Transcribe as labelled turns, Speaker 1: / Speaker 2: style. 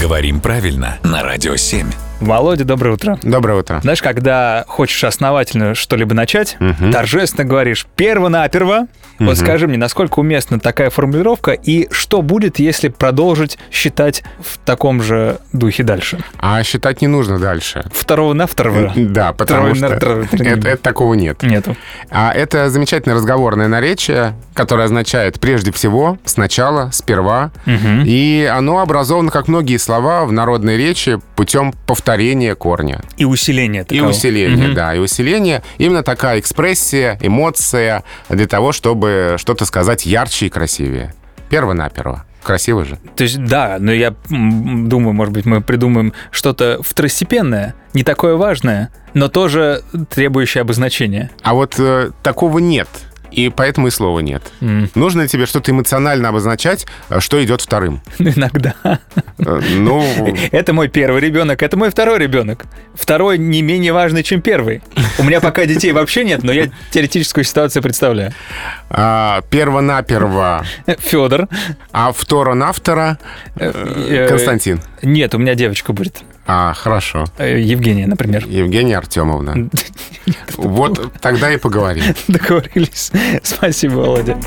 Speaker 1: Говорим правильно на Радио 7.
Speaker 2: Володя, доброе утро.
Speaker 3: Доброе утро.
Speaker 2: Знаешь, когда хочешь основательно что-либо начать, торжественно говоришь «перво-наперво». Вот скажи мне, насколько уместна такая формулировка и что будет, если продолжить считать в таком же духе дальше?
Speaker 3: А считать не нужно дальше.
Speaker 2: Второго на второго?
Speaker 3: Да, потому
Speaker 2: Трое на
Speaker 3: что
Speaker 2: трое.
Speaker 3: это, это такого нет.
Speaker 2: Нету.
Speaker 3: А это замечательное разговорное наречие, которое означает прежде всего, сначала, сперва. И оно образовано, как многие слова в народной речи, путем повторения корня.
Speaker 2: И усиление
Speaker 3: И
Speaker 2: такого.
Speaker 3: усиление, да, и усиление. Именно такая экспрессия, эмоция для того, чтобы что-то сказать ярче и красивее. Перво-наперво. Красиво же.
Speaker 2: То есть, да, но я м, думаю, может быть, мы придумаем что-то второстепенное, не такое важное, но тоже требующее обозначения.
Speaker 3: А вот э, такого нет. И поэтому и слова нет.
Speaker 2: М.
Speaker 3: Нужно тебе что-то эмоционально обозначать, э, что идет вторым.
Speaker 2: Ну, иногда.
Speaker 3: Э, Ну,
Speaker 2: Это мой первый ребенок, это мой второй ребенок. Второй не менее важный, чем первый. У меня пока детей вообще нет, но я теоретическую ситуацию представляю.
Speaker 3: а, перво-наперво,
Speaker 2: Федор.
Speaker 3: а второ-нафтора э, Константин.
Speaker 2: Нет, у меня девочка будет.
Speaker 3: А, хорошо.
Speaker 2: Э, Евгения, например.
Speaker 3: Евгения Артемовна. Вот тогда и поговорим.
Speaker 2: Договорились. Спасибо, Володя.